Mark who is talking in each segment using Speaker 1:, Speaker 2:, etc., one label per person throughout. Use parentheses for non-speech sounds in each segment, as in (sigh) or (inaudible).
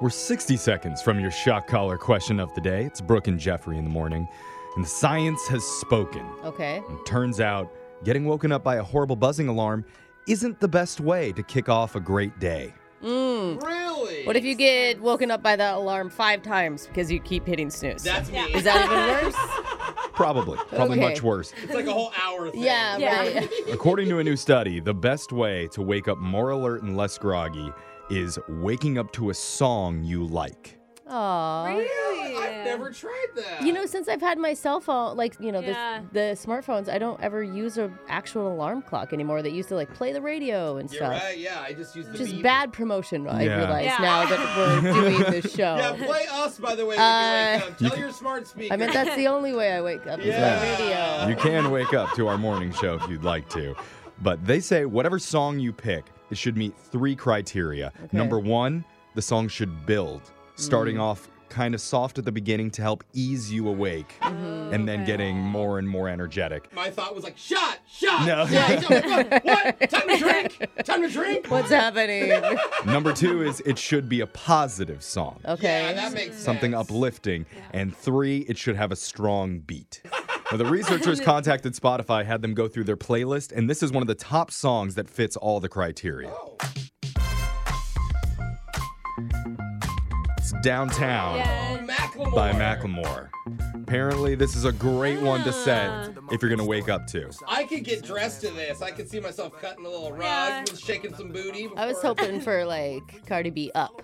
Speaker 1: We're 60 seconds from your shock collar question of the day. It's Brooke and Jeffrey in the morning, and the science has spoken.
Speaker 2: Okay.
Speaker 1: And turns out, getting woken up by a horrible buzzing alarm isn't the best way to kick off a great day.
Speaker 3: Really?
Speaker 2: What if you get woken up by that alarm five times because you keep hitting snooze?
Speaker 3: That's me.
Speaker 2: Is that even
Speaker 3: (laughs)
Speaker 2: worse?
Speaker 1: Probably, probably
Speaker 2: Okay.
Speaker 1: much worse.
Speaker 3: It's like a whole hour thing.
Speaker 2: yeah,
Speaker 4: Yeah.
Speaker 2: right.
Speaker 1: According to a new study, the best way to wake up more alert and less groggy is waking up to a song you like.
Speaker 2: Aw.
Speaker 4: Really?
Speaker 3: I've never tried that.
Speaker 2: You know, since I've had my cell phone, like you know,
Speaker 4: Yeah.
Speaker 2: the, the smartphones, I don't ever use a actual alarm clock anymore. They used to like play the radio and
Speaker 3: You're
Speaker 2: stuff.
Speaker 3: right. Yeah, I just used the
Speaker 2: Just
Speaker 3: beep.
Speaker 2: bad promotion, I
Speaker 1: Yeah.
Speaker 2: realize
Speaker 4: Yeah.
Speaker 2: now
Speaker 1: (laughs)
Speaker 2: that we're doing this show.
Speaker 3: Yeah, play us by the way. When you wake up. Tell your smart speaker.
Speaker 2: Uh, I mean, that's the only way I wake up. Is
Speaker 3: Yeah.
Speaker 2: by radio.
Speaker 1: You can wake up to our morning show if you'd like to. But they say whatever song you pick, it should meet three criteria.
Speaker 2: Okay. Mm.
Speaker 1: Number one, the song should build, starting off kind of soft at the beginning to help ease you awake,
Speaker 4: Mm-hmm.
Speaker 1: and then getting more and more energetic.
Speaker 3: My thought was like, shot, shot,
Speaker 1: No.
Speaker 3: shot.
Speaker 2: (laughs)
Speaker 3: shot. what? Time to drink. Time to drink.
Speaker 2: What's
Speaker 3: (laughs)
Speaker 2: happening?
Speaker 1: Number two is it should be a positive song,
Speaker 2: (laughs) Okay.
Speaker 3: Yeah, that makes sense.
Speaker 1: something uplifting. And three, it should have a strong beat. Now,
Speaker 2: (laughs)
Speaker 1: the researchers contacted Spotify, had them go through their playlist, and this is one of the top songs that fits all the criteria.
Speaker 3: Oh,
Speaker 1: It's Downtown. (laughs)
Speaker 4: Yeah.
Speaker 3: Macklemore.
Speaker 1: by Macklemore. Apparently, this is a great one to set if you're gonna wake up to.
Speaker 3: I could get dressed to this. I could see myself cutting a little rug,
Speaker 4: Yeah.
Speaker 3: shaking some booty. Before...
Speaker 2: I was hoping for like Cardi B up.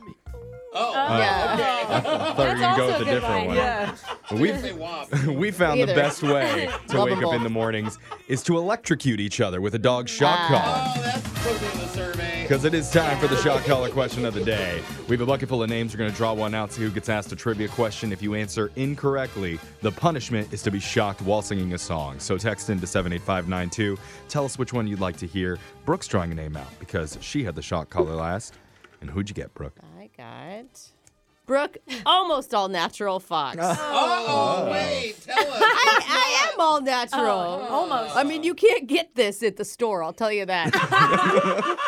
Speaker 3: Oh,
Speaker 2: Yeah.
Speaker 3: okay.
Speaker 1: I thought we were
Speaker 4: That's
Speaker 1: gonna
Speaker 4: also
Speaker 1: go with a
Speaker 4: a good
Speaker 1: different
Speaker 4: one.
Speaker 1: one.
Speaker 4: Yeah.
Speaker 3: Say Oh,
Speaker 1: We
Speaker 3: WAP.
Speaker 1: we found the
Speaker 2: Either.
Speaker 1: best way to wake up
Speaker 2: Lovable.
Speaker 1: in the mornings is to electrocute each other with a dog shock
Speaker 2: Wow.
Speaker 1: collar.
Speaker 3: Oh, that's supposed to be the survey.
Speaker 1: Because it is time for the shock collar question of the day. We have a bucket full of names. We're going to draw one out. See who gets asked a trivia question. If you answer incorrectly, the punishment is to be shocked while singing a song. So text into 78592. Tell us which one you'd like to hear. Brooke's drawing a name out because she had the shock collar last. And who'd you get, Brooke?
Speaker 2: I got
Speaker 4: (laughs)
Speaker 2: Brooke, almost all natural fox. I,
Speaker 3: Oh, wait, tell us.
Speaker 2: (laughs) I am all natural.
Speaker 4: Oh, almost.
Speaker 2: I mean, you can't get this at the store. I'll tell you
Speaker 4: (laughs)
Speaker 2: that.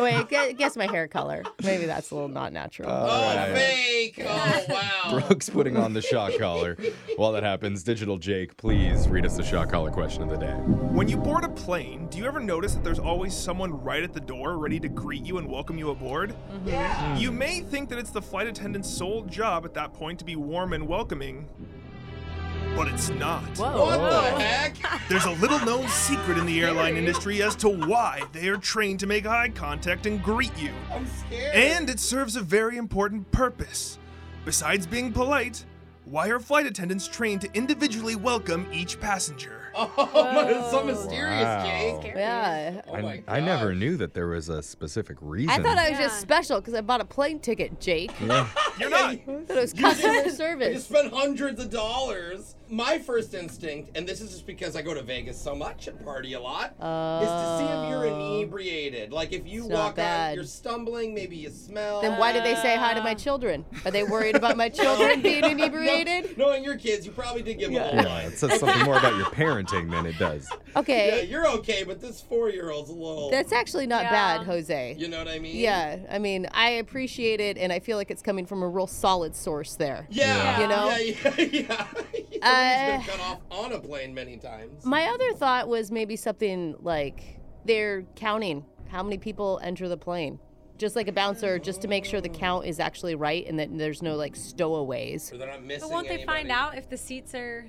Speaker 2: Wait, gu- guess my hair color. Maybe that's a little not natural.
Speaker 3: Oh, fake. Oh, (laughs) wow.
Speaker 1: Brooke's putting on the shock collar. While that happens, Digital Jake, please read us the shock collar question of the day.
Speaker 5: When you board a plane, do you ever notice that there's always someone right at the door ready to greet you and welcome you aboard? Yeah. You may think that it's the flight attendant's sole job at that point to be warm and welcoming, but it's not.
Speaker 3: What the heck?
Speaker 5: There's a little known secret in the airline industry as to why they are trained to make eye contact and greet you.
Speaker 3: I'm scared.
Speaker 5: And it serves a very important purpose. Besides being polite, why are flight attendants trained to individually welcome each passenger?
Speaker 3: (laughs) Oh, it's so mysterious,
Speaker 1: Wow.
Speaker 3: Jake.
Speaker 2: Yeah.
Speaker 3: Oh my
Speaker 1: I, I never
Speaker 3: gosh.
Speaker 1: knew that there was a specific reason.
Speaker 2: I thought I was
Speaker 4: Yeah.
Speaker 2: just special because I bought a plane ticket, Jake.
Speaker 5: You're not.
Speaker 2: I thought it was
Speaker 4: (laughs)
Speaker 2: customer
Speaker 3: You
Speaker 2: service.
Speaker 3: spend hundreds of dollars. My first instinct, and this is just because I go to Vegas so much and party a lot, is to see if you're inebriated. Like if you
Speaker 2: Oh. It's not
Speaker 3: walk out,
Speaker 2: bad.
Speaker 3: you're stumbling, maybe you smell.
Speaker 2: Then why did they say hi to my children? Are they worried about my children
Speaker 4: (laughs)
Speaker 2: being inebriated?
Speaker 3: (laughs) Knowing your kids, you probably did give them a little
Speaker 1: Yeah, it says something more about your parenting than it does.
Speaker 3: Yeah,
Speaker 2: Okay.
Speaker 3: you're okay, but this four-year-old's a little.
Speaker 2: That's actually not
Speaker 4: Yeah.
Speaker 2: bad, Jose.
Speaker 3: you know what I mean?
Speaker 2: Yeah, I mean, I appreciate it, and I feel like it's coming from a real solid source there.
Speaker 3: Yeah.
Speaker 2: You know?
Speaker 3: Yeah, (laughs) yeah, yeah. He's
Speaker 2: Uh,
Speaker 3: been cut off on a plane many times.
Speaker 2: My other thought was maybe something like they're counting how many people enter the plane, just like a bouncer, just to make sure the count is actually right and that there's no like stowaways.
Speaker 3: Or they're not missing
Speaker 4: But won't they
Speaker 3: anybody.
Speaker 4: find out if the seats are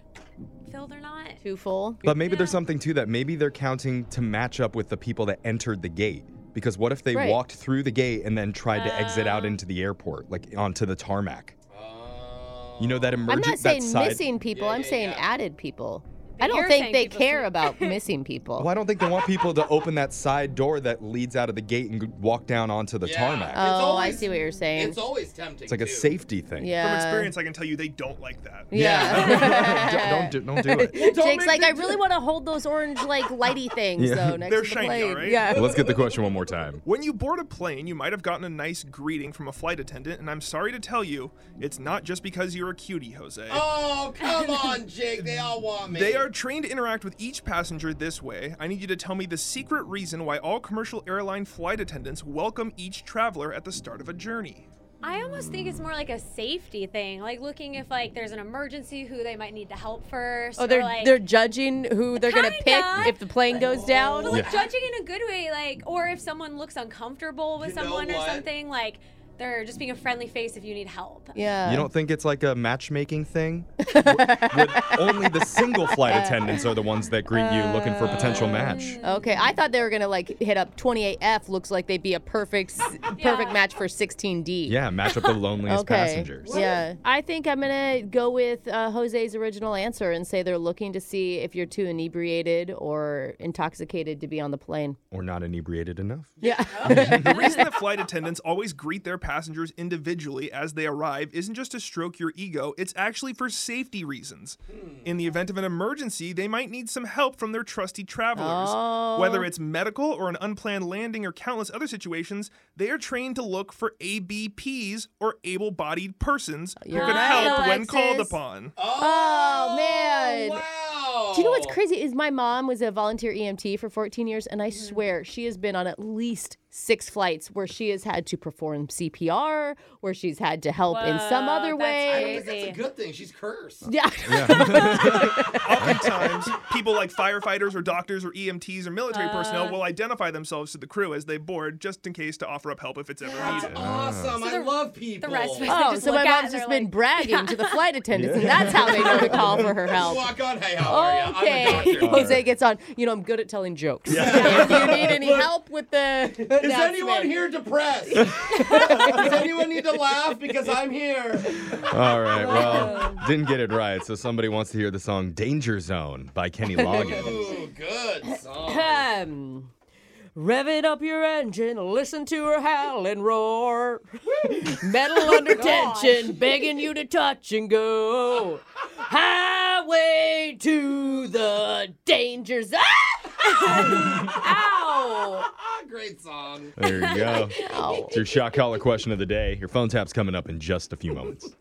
Speaker 4: filled or not?
Speaker 2: Too full.
Speaker 1: But maybe there's
Speaker 4: Yeah.
Speaker 1: something to that. Maybe they're counting to match up with the people that entered the gate. Because what if they
Speaker 2: Right. Oh.
Speaker 1: walked through the gate and then tried to exit out into the airport, like onto the tarmac?
Speaker 3: Oh.
Speaker 1: You know that
Speaker 2: I'm
Speaker 1: emergent
Speaker 2: not
Speaker 1: that
Speaker 2: saying
Speaker 1: side.
Speaker 2: missing people.
Speaker 3: Yeah,
Speaker 2: I'm
Speaker 3: yeah,
Speaker 2: saying
Speaker 3: yeah.
Speaker 2: added people.
Speaker 4: But
Speaker 2: I don't
Speaker 4: you're
Speaker 2: think
Speaker 4: saying
Speaker 2: they
Speaker 4: people
Speaker 2: care
Speaker 3: (laughs)
Speaker 4: too.
Speaker 2: about missing people.
Speaker 1: Well, I don't think they want people to open that side door that leads out of the gate and g- walk down onto the
Speaker 3: Yeah.
Speaker 1: tarmac.
Speaker 3: It's
Speaker 2: oh, I
Speaker 3: always-
Speaker 2: see what you're saying.
Speaker 3: It's always tempting.
Speaker 1: it's like a
Speaker 3: too.
Speaker 1: safety thing.
Speaker 2: yeah.
Speaker 5: From experience, I can tell you they don't like that.
Speaker 2: Uh, Yeah.
Speaker 1: (laughs) don't, do, don't do it.
Speaker 2: (laughs)
Speaker 3: Don't
Speaker 2: Jake's
Speaker 3: make
Speaker 2: like, I
Speaker 3: me
Speaker 2: really want to hold those orange like lighty (laughs) things
Speaker 1: Yeah.
Speaker 2: though next
Speaker 5: They're
Speaker 2: to the
Speaker 5: shiny,
Speaker 2: plane.
Speaker 5: alright?
Speaker 2: Yeah.
Speaker 1: Let's get the question one more time.
Speaker 5: When you board a plane, you might have gotten a nice greeting from a flight attendant, and I'm sorry to tell you, it's not just because you're a cutie, Jose.
Speaker 3: Oh, come on, Jake. They all want me.
Speaker 5: They are trained to interact with each passenger this way. I need you to tell me the secret reason why all commercial airline flight attendants welcome each traveler at the start of a journey.
Speaker 4: I almost think it's more like a safety thing, like looking if like there's an emergency, who they might need to help first.
Speaker 2: Oh,
Speaker 4: or,
Speaker 2: they're
Speaker 4: like,
Speaker 2: they're judging who they're gonna pick
Speaker 4: Kinda.
Speaker 2: if the plane goes down.
Speaker 4: But oh, like
Speaker 1: Yeah.
Speaker 4: judging in a good way, like, or if someone looks uncomfortable with
Speaker 3: You know
Speaker 4: someone or
Speaker 3: what?
Speaker 4: something, like, they're just being a friendly face if you need help.
Speaker 2: Yeah.
Speaker 1: You don't think it's like a matchmaking
Speaker 2: (laughs)
Speaker 1: thing? Where- where only the single
Speaker 2: Uh.
Speaker 1: flight attendants are the ones that greet you looking for a potential match.
Speaker 2: Okay, I thought they were gonna like hit up 28F. Looks like they'd be a perfect s- perfect match for 16D.
Speaker 1: Yeah, match up the loneliest
Speaker 2: Okay.
Speaker 1: passengers.
Speaker 2: Yeah. I think I'm gonna go with uh, Jose's original answer and say they're looking to see if you're too inebriated or intoxicated to be on the plane.
Speaker 1: Or not inebriated enough.
Speaker 2: Yeah.
Speaker 5: The reason that flight attendants always greet their passengers individually as they arrive isn't just to stroke your ego, it's actually for safety reasons. In the event of an emergency, they might need some help from their trusty travelers. Whether it's medical or an unplanned landing or countless other situations, they are trained to look for ABPs or able bodied persons who
Speaker 2: You're
Speaker 5: can
Speaker 2: right,
Speaker 5: help when
Speaker 2: Alexis.
Speaker 5: called upon.
Speaker 2: (laughs) Oh, man.
Speaker 3: Wow.
Speaker 2: Do you know
Speaker 4: Oh.
Speaker 2: what's crazy is my mom was a volunteer EMT for 14 years and I
Speaker 4: Mm.
Speaker 2: swear she has been on at least 6 flights where she has had to perform CPR, where she's had to help in some
Speaker 4: Whoa,
Speaker 2: other
Speaker 4: that's
Speaker 3: I
Speaker 2: way.
Speaker 3: think that's a good thing. She's cursed.
Speaker 2: Yeah.
Speaker 5: Oftentimes, people like firefighters or doctors or EMTs or military personnel will identify themselves to the crew as they board just in case to offer up help if it's ever
Speaker 3: That's
Speaker 5: needed.
Speaker 3: awesome. I love people.
Speaker 4: The rest (laughs) of us,
Speaker 2: Oh,
Speaker 4: they just
Speaker 2: (laughs) so my
Speaker 4: look
Speaker 2: mom's
Speaker 4: at it and
Speaker 2: just
Speaker 4: they're
Speaker 2: been
Speaker 4: like,
Speaker 2: bragging to
Speaker 4: (laughs)
Speaker 2: the flight attendants, and that's how they know to call for her help.
Speaker 3: Walk on. Hey, how are you? I'm a
Speaker 2: Okay, (laughs)
Speaker 3: doctor.
Speaker 2: Jose gets on. You know, I'm good at telling jokes. (laughs) if you need any help with the.
Speaker 3: Is anyone here depressed?
Speaker 1: (laughs)
Speaker 3: Does anyone need to laugh? Because I'm here.
Speaker 1: All right, well, didn't get it right. So somebody wants to hear the song Danger Zone by Kenny Loggins.
Speaker 3: Ooh, good song.
Speaker 2: Um, rev it up your engine, listen to her howl and roar. Metal under tension, begging you to touch and go. Highway to the danger zone. Ow!
Speaker 3: Ah, great song.
Speaker 1: There you go. It's your shock collar question of the day. Your phone tap's coming up in just a few moments.